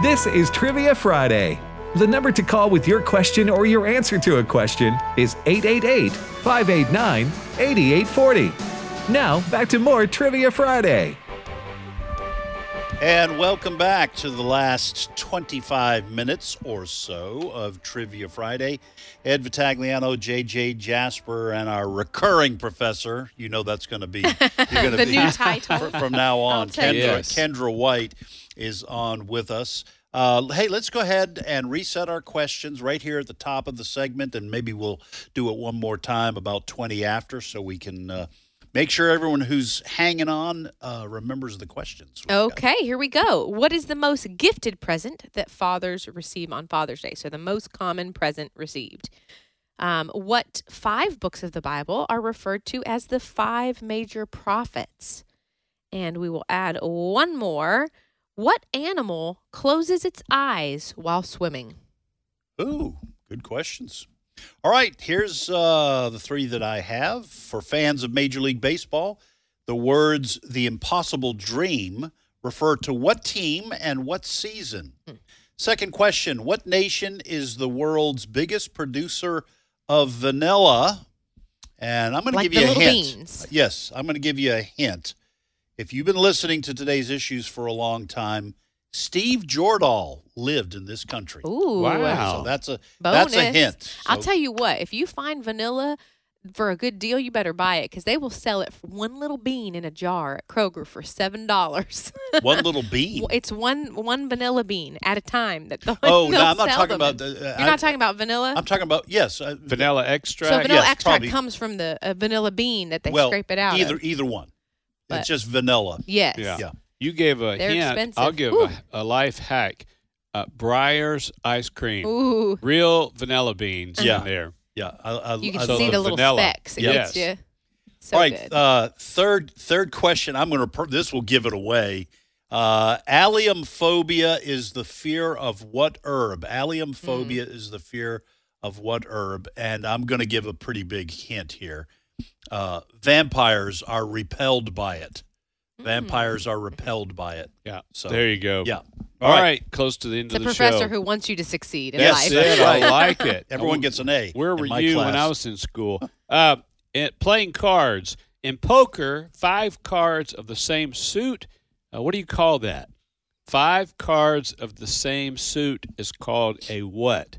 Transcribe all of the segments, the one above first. This is Trivia Friday. The number to call with your question or your answer to a question is 888 589 8840. Now, back to more Trivia Friday. And welcome back to the last 25 minutes or so of Trivia Friday. Ed Vitagliano, JJ Jasper, and our recurring professor. You know that's going to be you're going to The be new title. fr- from now on. take Kendra, it. Yes. Kendra White is on with us. Uh, hey, let's go ahead and reset our questions right here at the top of the segment, and maybe we'll do it one more time about 20 after, so we can. Uh, Make sure everyone who's hanging on uh, remembers the questions. we've got. Okay, here we go. What is the most gifted present that fathers receive on Father's Day? So, the most common present received. Um, what five books of the Bible are referred to as the five major prophets? And we will add one more. What animal closes its eyes while swimming? Ooh, good questions. All right, here's uh, the three that I have for fans of Major League Baseball. The words "the impossible dream" refer to what team and what season. Hmm. Second question: What nation is the world's biggest producer of vanilla? And I'm going to Like give the you a little hint. beans. Yes, I'm going to give you a hint. If you've been listening to today's issues for a long time, Steve Jordahl lived in this country. Ooh, Wow. So that's a bonus. that's a hint. So I'll tell you what, if you find vanilla for a good deal, you better buy it because they will sell it for one little bean in a jar at Kroger for seven dollars. one little bean. it's one one vanilla bean at a time. That the Oh, no, they'll I'm not sell talking them about in. the- uh, You're I- not talking about vanilla. I'm talking about yes, uh, Vanilla extract. so vanilla yes, extract probably. comes from the uh, vanilla bean that they well, scrape it out. of. Either either one. But- it's just vanilla. Yes. Yeah. Yeah. You gave a They're hint. expensive. I'll give Whew. a, a life hack. Uh, Briar's ice cream. Ooh, Real vanilla beans Yeah. in there. Yeah, I, I, you I can love see the little Uh, vanilla. specks. It Yes. gets you. So All right, good. uh, third third question. I'm going to this will give it away. Uh, alliumphobia is the fear of what herb? Alliumphobia Hmm. is the fear of what herb? And I'm going to give a pretty big hint here. Uh, vampires are repelled by it. Vampires Hmm. are repelled by it. Yeah. So- there you go. Yeah. Oh. All right. Close to the end it's a of the professor show. who wants you to succeed in That's life. it. I like it. Everyone gets an A. Where in were my you when class. I was in school? Uh, at playing cards in poker, five cards of the same suit. Uh, what do you call that? Five cards of the same suit is called a what?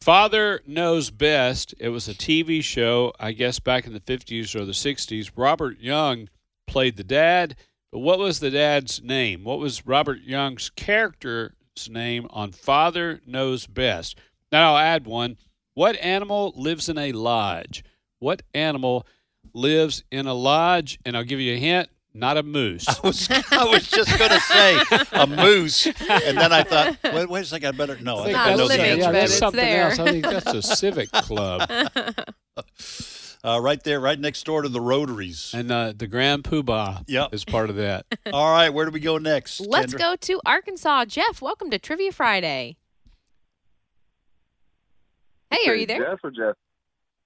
Father Knows Best. It was a TV show, I guess, back in the 50s or the 60s. Robert Young played the dad, but what was the dad's name? What was Robert Young's character's name on Father Knows Best? Now I'll add one. What animal lives in a lodge? What animal lives in a lodge? And I'll give you a hint not a moose. I was, I was just going to say a moose, and then I thought, wait, wait a second, I better no. I It's think not I know the living, answer but to it's Oh, that's it. something there. else. I think that's a civic club. Uh, right there, right next door to the rotaries. And uh, the Grand Poobah Yep. is part of that. All right, where do we go next? Let's Kendra? go to Arkansas. Jeff, welcome to Trivia Friday. Hey, are you there? Jeff or Jeff?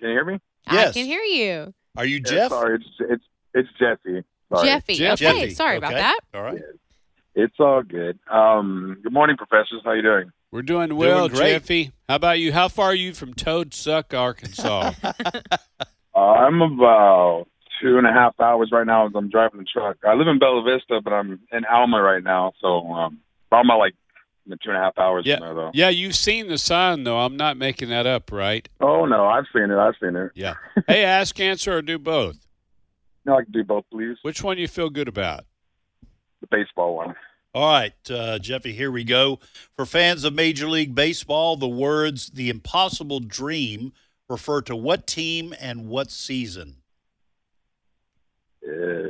Can you hear me? I Yes. can hear you. Are you Yeah, Jeff? Sorry, it's it's it's Jesse. Sorry. Jeffy. Jeff- Okay, Jeffy. sorry about Okay. that. All right. It's all good. Um, good morning, professors. How you doing? We're doing well, great. Jeffy. How about you? How far are you from Toad Suck, Arkansas? Uh, I'm about two and a half hours right now as I'm driving the truck. I live in Bella Vista, but I'm in Alma right now, so um, probably about like two and a half hours Yeah. from there though. yeah, you've seen the sign, though. I'm not making that up, right? Oh no, I've seen it. I've seen it. Yeah. hey, ask, answer, or do both. No, I can do both, please. Which one you feel good about? The baseball one. All right, uh, Jeffy, here we go. For fans of Major League Baseball, the words the impossible dream refer to what team and what season? Uh,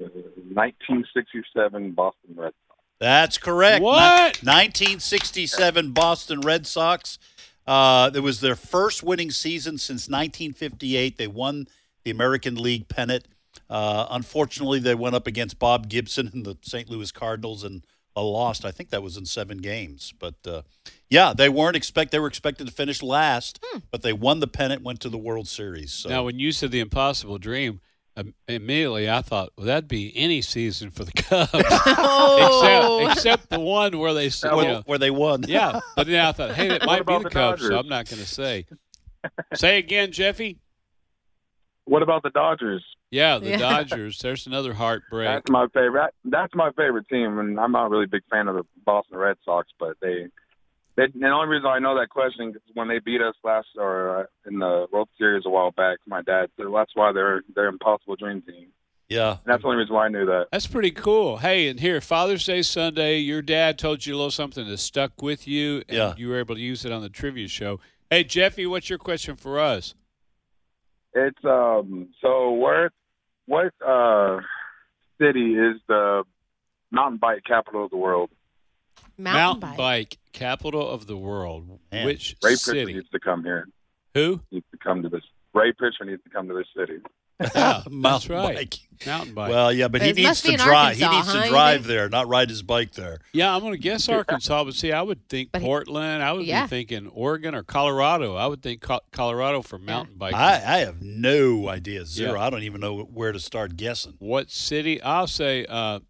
uh, 1967 Boston Red Sox. That's correct. What? Ni- 1967 Boston Red Sox. Uh, it was their first winning season since 1958. They won the American League pennant. Uh, unfortunately, they went up against Bob Gibson and the St. Louis Cardinals and uh, lost. I think that was in seven games. But uh, yeah, they weren't expect. They were expected to finish last, but they won the pennant, went to the World Series. So Now, when you said the impossible dream, im- immediately I thought, well, that'd be any season for the Cubs, Oh. except, except the one where they, s- you where, know, where they won. yeah. But then I thought, hey, it might be about the the Cubs, so Dodgers? I'm not going to say. Say again, Jeffy. What about the Dodgers? Yeah, the Yeah. Dodgers. There's another heartbreak. That's my favorite. That's my favorite team, and I'm not really a big fan of the Boston Red Sox, but they. they and the only reason I know that question is when they beat us last or uh, in the World Series a while back, my dad. So that's why they're they're impossible dream team. Yeah. And that's the only reason why I knew that. That's pretty cool. Hey, and here, Father's Day Sunday, your dad told you a little something that stuck with you, and Yeah. you were able to use it on the trivia show. Hey, Jeffy, what's your question for us? It's um. So where, what uh, city is the mountain bike capital of the world? Mountain, bike. capital of the world. Man. Which Ray Pritchard city? needs to come here. Who? Needs to come to this. Ray Pritchard needs to come to this city. Yeah, Mountain that's right. bike. Mountain bike. Well, yeah, but But he it needs must to be in drive. He Arkansas, needs huh? to You drive think? there, not ride his bike there. yeah, I'm going to guess Arkansas, but see, I would think But he- Portland. I would Yeah. be thinking Oregon or Colorado. I would think Co- Colorado for mountain biking. I, I have no idea, zero. Yeah. I don't even know where to start guessing. what city? I'll say. Uh,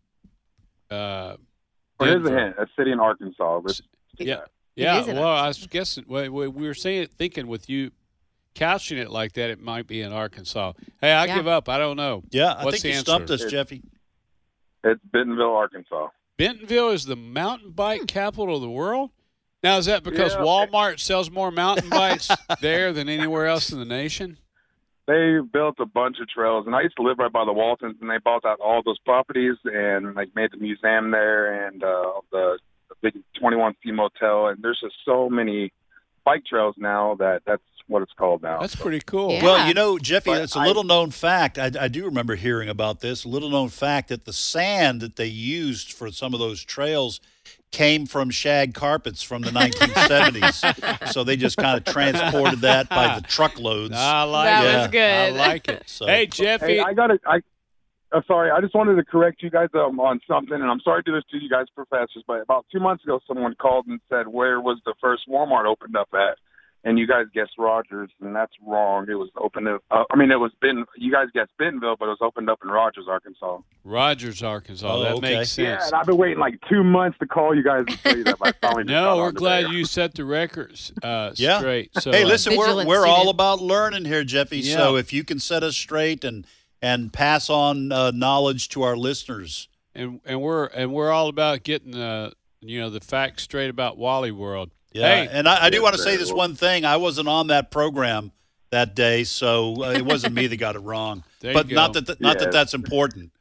uh, Well, here's a Denver. hint: a city in Arkansas. Let's do Yeah. that. It Yeah, is in well, I was guessing. We, we, we were saying, it- thinking with you couching it like that, it might be in Arkansas. Hey, I Yeah. give up. I don't know. Yeah, I think What's the you stumped answer? us, Jeffy. It's Bentonville, Arkansas. Bentonville is the mountain Hmm. bike capital of the world. Now, is that because Yeah. Walmart sells more mountain bikes there than anywhere else in the nation? They built a bunch of trails, and I used to live right by the Waltons, and they bought out all those properties and like made the museum there and uh, the, the big 21 Sea Motel. And there's just so many bike trails now that that's what it's called now. That's pretty cool. Yeah. Well, you know, Jeffy, But that's a I- little known fact. I, I do remember hearing about this. A little known fact that the sand that they used for some of those trails came from shag carpets from the 1970s. so they just kind of transported that by the truckloads. I like That it. was I good. like it. So- Ah. hey, Jeffy. Hey, I got to I, I'm sorry. I just wanted to correct you guys um, on something, and I'm sorry to do this to you guys, professors. But about two months ago, someone called and said, "Where was the first Walmart opened up at?" And you guys guessed Rogers, and that's wrong. It was opened up. Uh, I mean, it was Ben. You guys guessed Bentonville, but it was opened up in Rogers, Arkansas. Rogers, Arkansas. Oh, that okay. makes Yeah, sense. and I've been waiting like two months to call you guys to tell you that. But I finally just no, got we're on glad today. you set the records uh, Yeah. straight. So, hey, uh, listen, we're, Vigilant we're all student. about learning here, Jeffy. Yeah. So if you can set us straight and and pass on uh, knowledge to our listeners, and and we're and we're all about getting the you know the facts straight about Wally World. yeah. Hey, Uh, and I, I do Yes, want to sir. say this one thing: I wasn't on that program that day, so uh, it wasn't me that got it wrong. There but you not go. that th- not that Yes. that's important.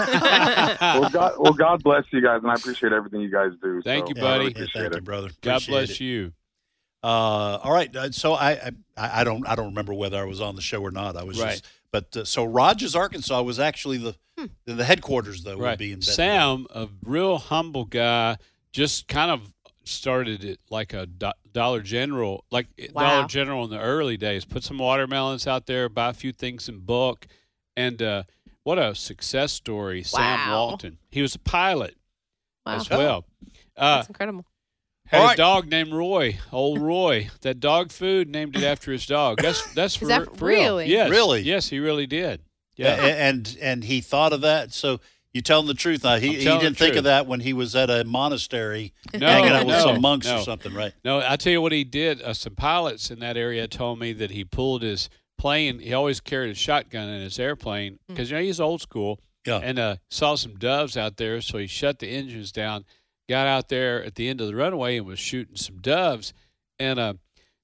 Well God, well, God bless you guys, and I appreciate everything you guys do. Thank so you, I buddy. really Yeah, Hey, appreciate thank it. you, brother. God Appreciate bless it. you. Uh, all right. Uh, So I, I I don't I don't remember whether I was on the show or not. I was Right. just but uh, so Rogers, Arkansas was actually the the headquarters though would Right, be in Bentonville. Sam, a real humble guy, just kind of started it like a do- Dollar General, like eh, Wow. Dollar General in the early days. Put some watermelons out there, buy a few things in bulk, and uh, what a success story, Sam Wow. Uh-huh. Walton. He was a pilot wow. as well. Uh, That's incredible. Had All a right. dog named Roy, old Roy. that dog food named it after his dog. That's that's for, Is that for real. really? Yes, Really? Yes, he really did. Yeah, Yeah, and and he thought of that. So you tell him the truth now. He, I'm he telling didn't the think truth. of that when he was at a monastery No, hanging out with no, some monks no. or something, right? no. I tell you what he did. Uh, some pilots in that area told me that he pulled his plane. He always carried a shotgun in his airplane Mm. because you know he's old school. Yeah. and uh, saw some doves out there, so he shut the engines down, got out there at the end of the runway and was shooting some doves, and uh,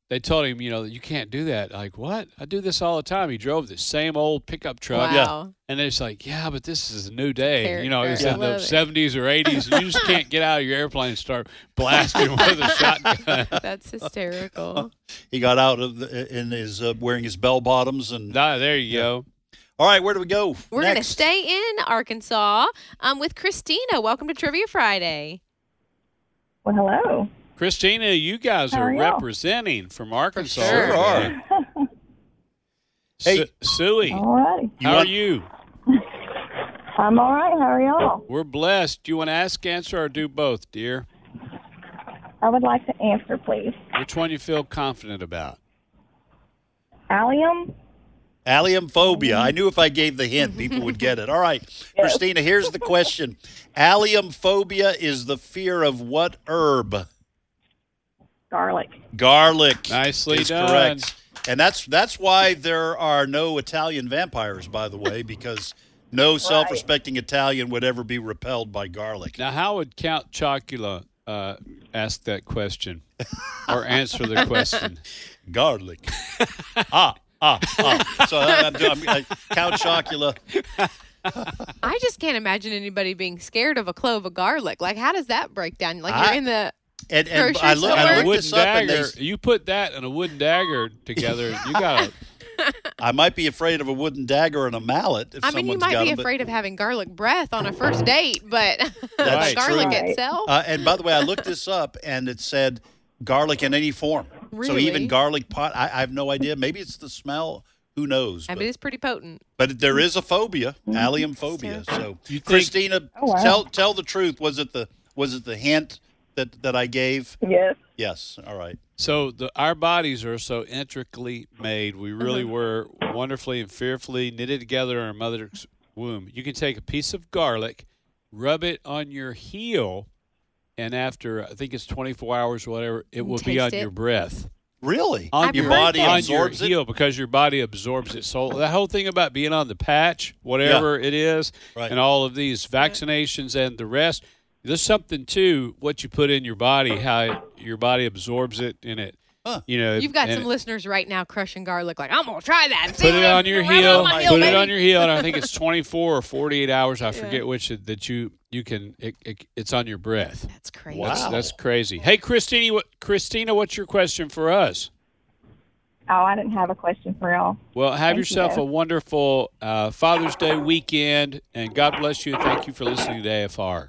they told him, you know, you can't do that. Like what? I do this all the time. He drove the same old pickup truck. Wow. Yeah. And it's like, yeah, but this is a new day. Character. You know, it's Yeah. in the Love it. seventies or eighties. You just can't get out of your airplane and start blasting with a shotgun. That's hysterical. He got out of the, in his uh, wearing his bell bottoms and. Nah, there you go. All right, where do we go? We're going to next? stay in Arkansas um, with Christina. Welcome to Trivia Friday. Well, hello. Christina, you guys How are are y'all? representing from Arkansas. Sure today. are. Hey. Su- Suey, All righty. You how are want- you? I'm all right. How are y'all? We're blessed. Do you want to ask, answer, or do both, dear? I would like to answer, please. Which one you feel confident about? Allium Alliumphobia. Mm-hmm. I knew if I gave the hint, people would get it. All right, Christina, here's the question. Alliumphobia is the fear of what herb? Garlic. Garlic. Nicely is done. correct. And that's that's why there are no Italian vampires, by the way, because no self-respecting Italian would ever be repelled by garlic. Now, how would Count Chocula uh, ask that question or answer the question? garlic. ah, ah, ah. So I'm, I'm, I'm, Count Chocula. I just can't imagine anybody being scared of a clove of garlic. Like, how does that break down? Like, I- you're in the And, and Grocery I, look, store. And I a looked wooden this up, and dagger. they, You put that and a wooden dagger together. You got a I might be afraid of a wooden dagger and a mallet. If I mean, you someone's might got be 'em, but- afraid of having garlic breath on a first date, but That's garlic true. itself. Uh, and by the way, I looked this up, and it said garlic in any form. So Really? even garlic pot, I, I have no idea. Maybe it's the smell. Who knows? I But, mean, it's pretty potent. but there is a phobia, allium phobia. So You think- Christina, Oh, wow. tell tell the truth. Was it the was it the hint that that I gave? Yes. Yes. All right. So the, our bodies are so intricately made. We really Mm-hmm. were wonderfully and fearfully knitted together in our mother's womb. You can take a piece of garlic, rub it on your heel, and after I think it's 24 hours or whatever, it will be Taste on it. your breath. Really? On I've your heard body that. on your absorbs it. heel because your body absorbs it. So that whole thing about being on the patch, whatever it is, Right. and all of these vaccinations and the rest, there's something to what you put in your body, how your body absorbs it in it. Huh. You know, You've got and some it- listeners right now crushing garlic. Like, I'm gonna try that. and see Put what it on your rub heel. my put it baby." on your heel, and I think it's 24 or 48 hours. I forget which it- that you you can. It, it, it's on your breath. That's crazy. Wow. That's, that's crazy. Hey, Christina, what, Christina, what's your question for us? Oh, I didn't have a question for y'all. Well, have Thank you, yourself guys. a wonderful uh, Father's Day weekend, and God bless you. And thank you for listening to AFR.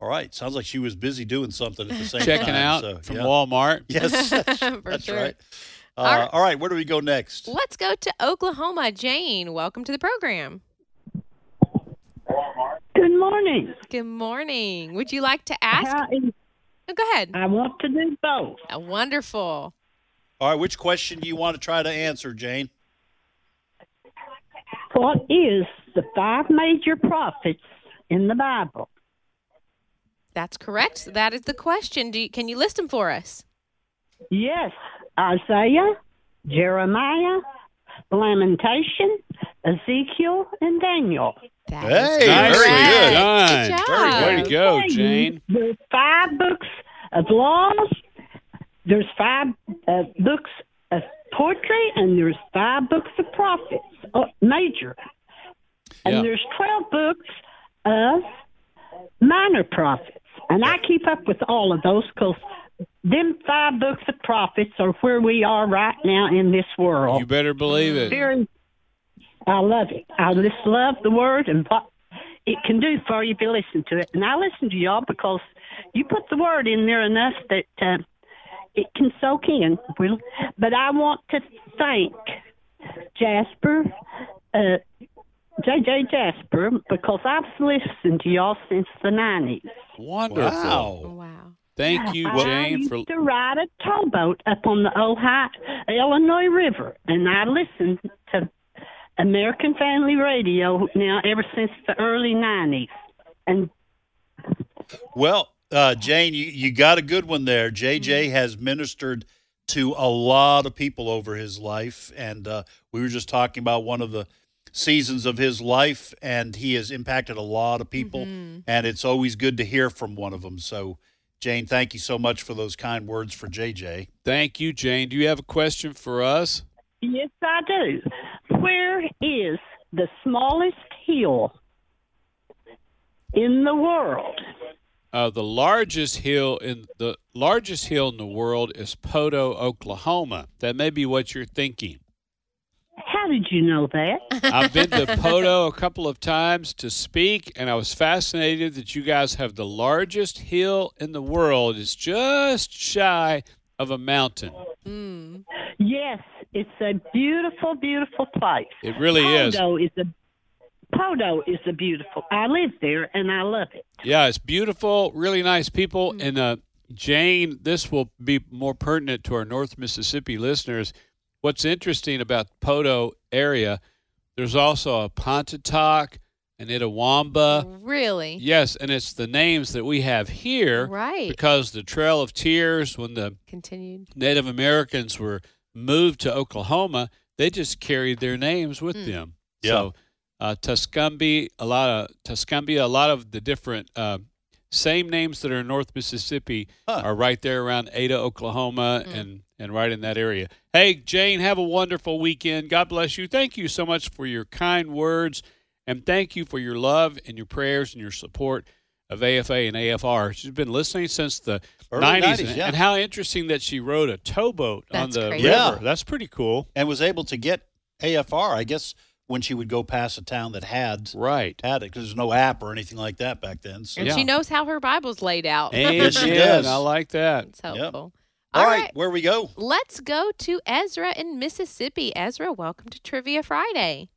All right. Sounds like she was busy doing something at the same time. Checking out so, from yeah. Walmart. Yes, that's, For that's sure. right. Uh, all, All right. right. Where do we go next? Let's go to Oklahoma. Jane, welcome to the program. Good morning. Good morning. Would you like to ask? How is- Oh, go ahead. I want to do both. Uh, Wonderful. All right. Which question do you want to try to answer, Jane? What is the five major prophets in the Bible? That's correct. That is the question. Do you, can you list them for us? Yes, Isaiah, Jeremiah, Lamentation, Ezekiel, and Daniel. That Hey, very Nicely good. done. Good Very Way job. to go, Hey, Jane. There's five books of laws. There's five uh, books of poetry, and there's five books of prophets, uh, major. And Yeah. there's 12 books of minor prophets. And I keep up with all of those because them five books of prophets are where we are right now in this world. You better believe it. Very, I love it. I just love the word and what it can do for you if you listen to it. And I listen to y'all because you put the word in there enough that uh, it can soak in. Well, But I want to thank Jasper, uh, JJ Jasper, because I've listened to y'all since the 90s. Wonderful. Wow. Wow. Thank you, I Jane, used for to ride a towboat up on the Ohio, Illinois River, and I listened to American Family Radio now ever since the early '90s. And Well, uh, Jane, you, you got a good one there. JJ has ministered to a lot of people over his life. And uh, we were just talking about one of the seasons of his life, and he has impacted a lot of people. And it's always good to hear from one of them. So, Jane, thank you so much for those kind words for JJ. thank you, Jane. Do you have a question for us? yes, I do. Where is the smallest hill in the world? Uh, the largest hill in the largest hill in the world is Poto, Oklahoma. That may be what you're thinking. How did you know that? I've been to Poto a couple of times to speak, and I was fascinated that you guys have the largest hill in the world. It's just shy of a mountain. Mm. yes, it's a beautiful, beautiful place. It really is. Podo is a Podo is a beautiful. I live there and I love it. Yeah, it's beautiful, really nice people. And uh, Jane, this will be more pertinent to our North Mississippi listeners. What's interesting about Poto area, there's also a Pontotoc, an Uh, Itawamba. really? Yes, and it's the names that we have here Right. because the Trail of Tears, when the Continued. Native Americans were moved to Oklahoma, they just carried their names with Mm. them. Yeah. So uh, Tuscumbia, a lot of Tuscumbia, a lot of the different uh, same names that are in North Mississippi Huh. are right there around Ada, Oklahoma, Hmm. and and right in that area. Hey, Jane, have a wonderful weekend. God bless you. Thank you so much for your kind words, and thank you for your love and your prayers and your support of AFA and AFR. She's been listening since the Early 90s, 90s, and, yeah. and how interesting that she rode a towboat on That's the crazy. river. Yeah. That's pretty cool. and was able to get AFR, I guess, when she would go past a town that had Right. had it because there's no app or anything like that back then. So. And Yeah. she knows how her Bible's laid out. And she yeah, does. I like that. It's Yep. helpful. All right, where we go? Let's go to Ezra in Mississippi. Ezra, welcome to Trivia Friday.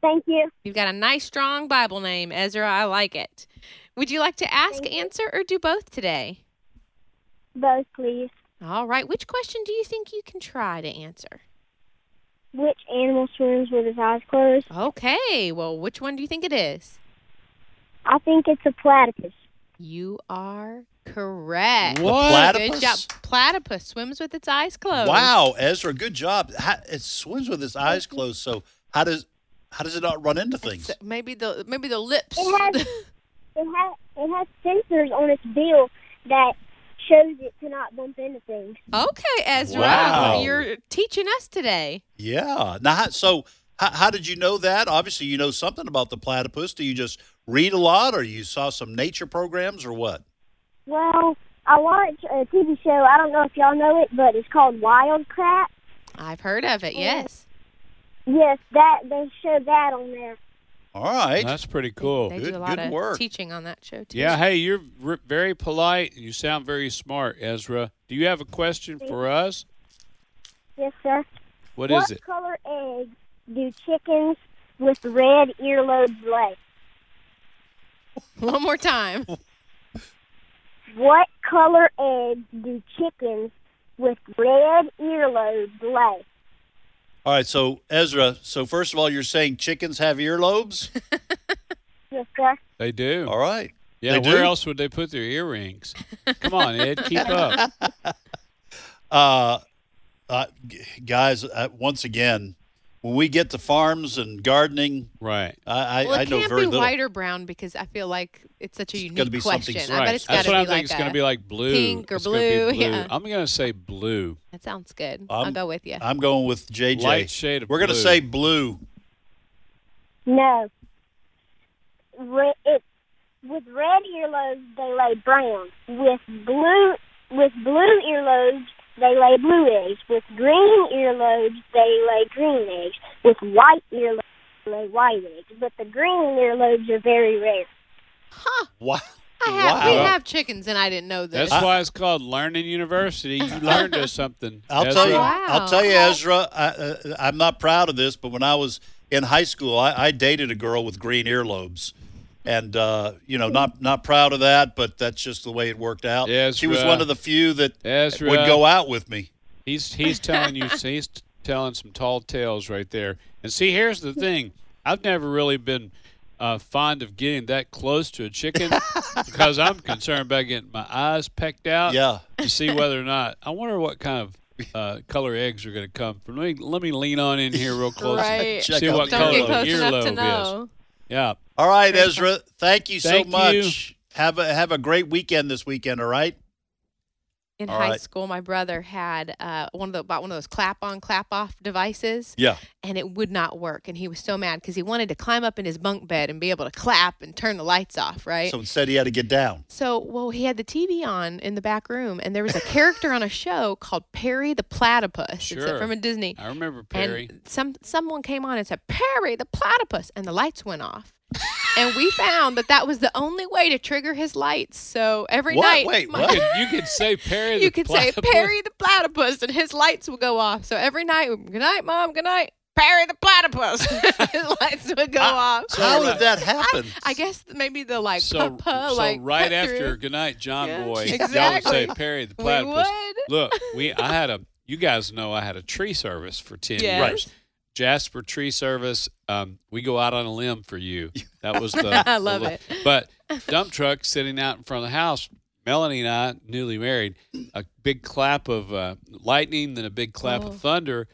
Thank you. You've got a nice, strong Bible name, Ezra. I like it. Would you like to ask, answer, or do both today? Both, please. All right. Which question do you think you can try to answer? Which animal swims with its eyes closed? Okay. Well, which one do you think it is? I think it's a platypus. You are correct. The platypus? Good job. Platypus swims with its eyes closed. Wow, Ezra, good job. How, it swims with its eyes closed. So how does how does it not run into things? So maybe the maybe the lips. It has- It has it has sensors on its bill that shows it to not bump into things. okay, Ezra, Wow. you're teaching us today. Yeah. Now, how- so how, how did you know that? Obviously, you know something about the platypus. Do you just read a lot, or you saw some nature programs, or what? Well, I watch a TV show. I don't know if y'all know it, but it's called Wild Crap. I've heard of it. Yes. Yes, that they show that on there. All right. That's pretty cool. They Oh, Good- do a lot good of work. teaching on that show too. Yeah, hey, you're r- very polite. You sound very smart, Ezra. Do you have a question for us? Yes, sir. What what is it? color eggs do chickens with red earlobes lay? One more time. What color eggs do chickens with red earlobes lay? All right. So Ezra, so first of all, you're saying chickens have earlobes. Yes, sir. They do. all right. Yeah, They where do? else would they put their earrings? Come on, Ed, keep up. Uh, uh, g- guys, uh, once again, when we get to farms and gardening, Right. I, I, well, it I know can't very be little. white or brown because I feel like it's such a It's gotta unique be something question. I right. bet it's got That's to be what I like think it's going a- to be like blue. pink or It's gonna be blue, blue. yeah. I'm going to say blue. That sounds good. i will I'm- go with you. I'm going with JJ. Light shade of We're gonna blue. say blue. No. Re- it, with red earlobes, they lay brown. With blue, with blue earlobes, they lay blue eggs. With green earlobes, they lay green eggs. With white earlobes, they lay white eggs. But the green earlobes are very rare. huh. Wow. I have, We wow. have chickens, and I didn't know this. That's why it's called Learning University. You learned us something. I'll Ezra. tell you. Wow. I'll tell you, Ezra. I, uh, I'm not proud of this, but when I was in high school, I, I dated a girl with green earlobes, and uh, you know, not not proud of that, but that's just the way it worked out. she was Ezra. one of the few that Ezra. would go out with me. He's he's telling you he's telling some tall tales right there. And see, here's the thing: I've never really been uh, fond of getting that close to a chicken because I'm concerned about getting my eyes pecked out Yeah. to see whether or not. I wonder what kind of uh, color eggs are going to come from. Let me let me lean on in here real close. Right. See out what the Don't get color close the enough to earlobe know. Yeah. All right, Ezra. Thank you so Thank you. much. Have a have a great weekend this weekend. All right. In All high right. school, my brother had uh, one of the bought one of those clap on, clap off devices, Yeah. and it would not work. And he was so mad because he wanted to climb up in his bunk bed and be able to clap and turn the lights off, right? So instead, he had to get down. So, well, he had the TV on in the back room, and there was a character on a show called Perry the Platypus. It's Sure. from a Disney. I remember Perry. And some someone came on and said Perry the Platypus, and the lights went off. and we found that that was the only way to trigger his lights. So every What? night, Wait, you, what? could, you could say Perry. you the could say platypus. Perry the Platypus, and his lights will go off. So every night, good night, mom, good night, Perry the Platypus. his liats would go off. How right. did that happen? I guess maybe the like Ah. so, puh-puh, so like right cut after through. good night john Yeah, boy y'all would exactly. say perry the We platypus would. look we i had a you guys know I had a tree service for 10 Yes. years. Jasper Tree Service, um, we go out on a limb for you. That was the. I love the- it. But dump truck sitting out in front of the house. Melanie and I, newly married, a big clap of uh, lightning, then a big clap Oh. of thunder,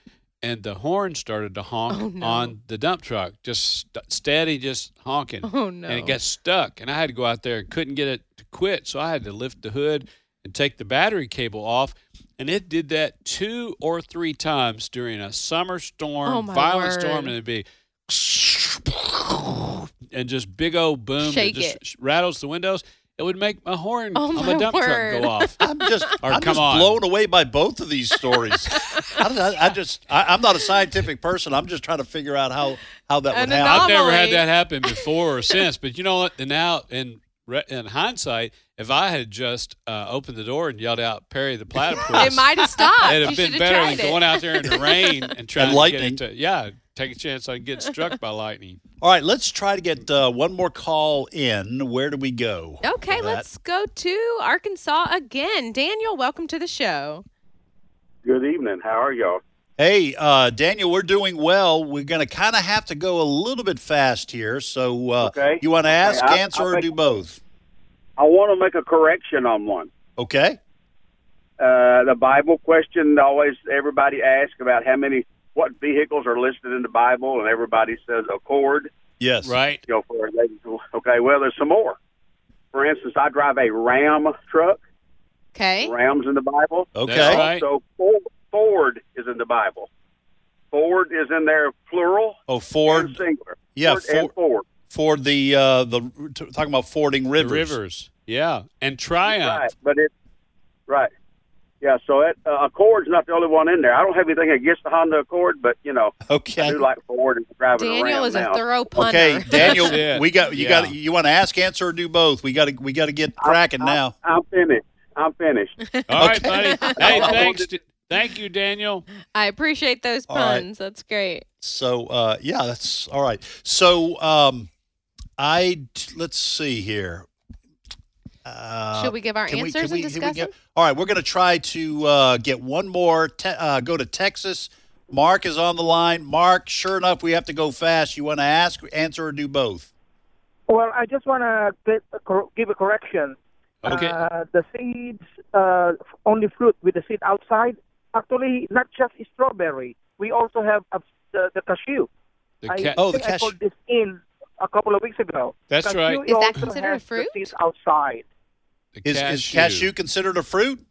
and the horn started to honk Oh, no. on the dump truck, just st- steady, just honking. Oh, no. And it got stuck, and I had to go out there and couldn't get it to quit, so I had to lift the hood and take the battery cable off. And it did that two or three times during a summer storm, Oh, my violent word. storm, and it'd be and just big old boom Shake that just it. sh- rattles the windows. It would make my horn Oh, on my my dump truck word. go off. I'm just, Or I'm come just on. blown away by both of these stories. I, don't- I, I just, I, I'm not a scientific person. I'm just trying to figure out how how that An would happen. I've never had Anomaly. that happen before or since. But you know what? And now, in re- in hindsight, if I had just uh, opened the door and yelled out "Perry the platypus," It might have stopped. it'd You have should been better than tried it. going out there in the rain and trying lightning. to get it to, yeah, take a chance on getting struck by lightning. All right, let's try to get uh, one more call in. Where do we go? Okay, for that? let's go to Arkansas again. Daniel, welcome to the show. Good evening. How are y'all? Hey, uh, Daniel, we're doing well. We're going to kind of have to go a little bit fast here. So, uh, Okay. you want to ask, I- I answer, or think- do both? I want to make a correction on one. Okay. Uh, the Bible question that always everybody asks about how many what vehicles are listed in the Bible, and everybody says Accord. Yes. Right? You know, for okay, well, there's some more. For instance, I drive a Ram truck. Okay. Rams in the Bible. Okay. That's right. So Ford, Ford is in the Bible. Ford is in there plural Oh, and Ford. singular. Yeah, Ford and Ford- Ford. Ford. The uh, the t- talking about fording The rivers. rivers. Yeah, and triumph. Right, but it right. Yeah, so it, uh, Accord's not the only one in there. I don't have anything against the Honda Accord, but you know, I Okay. do like Ford and driving around Daniel is a now. thorough punter. Okay, That's Daniel, it. we got you. Yeah. Got you. Want to ask, answer, or do both? We got to we got to get cracking now. I'm finished. I'm finished. All right, Okay. buddy. Hey, thanks. d- Thank you, Daniel. I appreciate those All right. puns. That's great. So uh, yeah, that's all right. So um, I let's see here. Uh, Should we give our Can we- can answers we- and can we discuss get- them? all right, we're going to try to uh, get one more. Te- uh, go to Texas. Mark is on the line. Mark, sure enough, we have to go fast. You want to ask, answer, or do both? Well, I just want to give a correction. Okay. Uh, the seeds, uh, f- only fruit with the seed outside. Actually, not just strawberry. We also have uh, the, the cashew. The I ca- Oh, the think I cashew. called this in a couple of weeks ago. That's Cashew right. Is that also considered has a fruit? The seeds outside. the Is cashew. is cashew considered a fruit?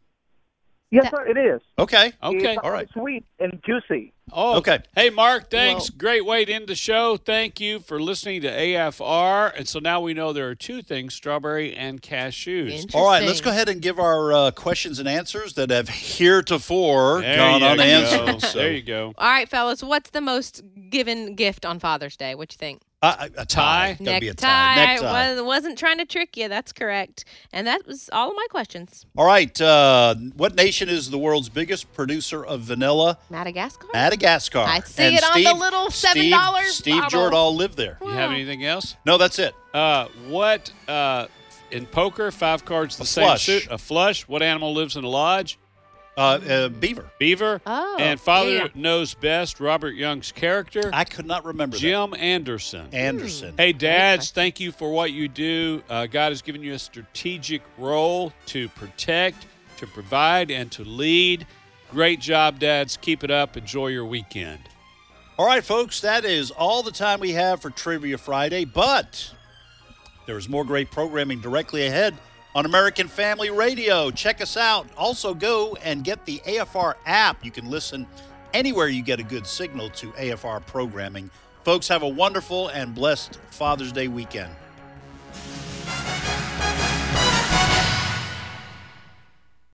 Yes, That- sir, it is. Okay. Okay. It's all right. Sweet and juicy. Oh, Okay. Hey, Mark, thanks. Great way to end the show. Thank you for listening to AFR. And so now we know there are two things strawberry and cashews. All right, let's go Interesting. ahead and give our uh, questions and answers that have heretofore There gone you unanswered. go. So, There you go. All right, fellas, what's the most given gift on Father's Day? What you think? Uh, a tie. Tie. Got to be a tie. Necktie. I was, not trying to trick you. That's correct. And that was all of my questions. All right. Uh, what nation is the world's biggest producer of vanilla? Madagascar? Madagascar. I see And it on the Steve- little Steve- $7 Steve bottle. Jordahl lived there. You have anything else? No, that's it. Uh, what uh, in poker? Five cards, the A same flush. suit. A flush. What animal lives in a lodge? Uh, uh, Beaver. Beaver. Oh, and father yeah. knows best. Robert Young's character. I could not remember Jim Anderson. that. Anderson. Hey, dads, thank you for what you do. Uh, God has given you a strategic role to protect, to provide, and to lead. Great job, dads. Keep it up. Enjoy your weekend. All right, folks, that is all the time we have for Trivia Friday, but there is more great programming directly ahead on American Family Radio. Check us out. Also, go and get the AFR app. You can listen anywhere you get a good signal to AFR programming. Folks, have a wonderful and blessed Father's Day weekend.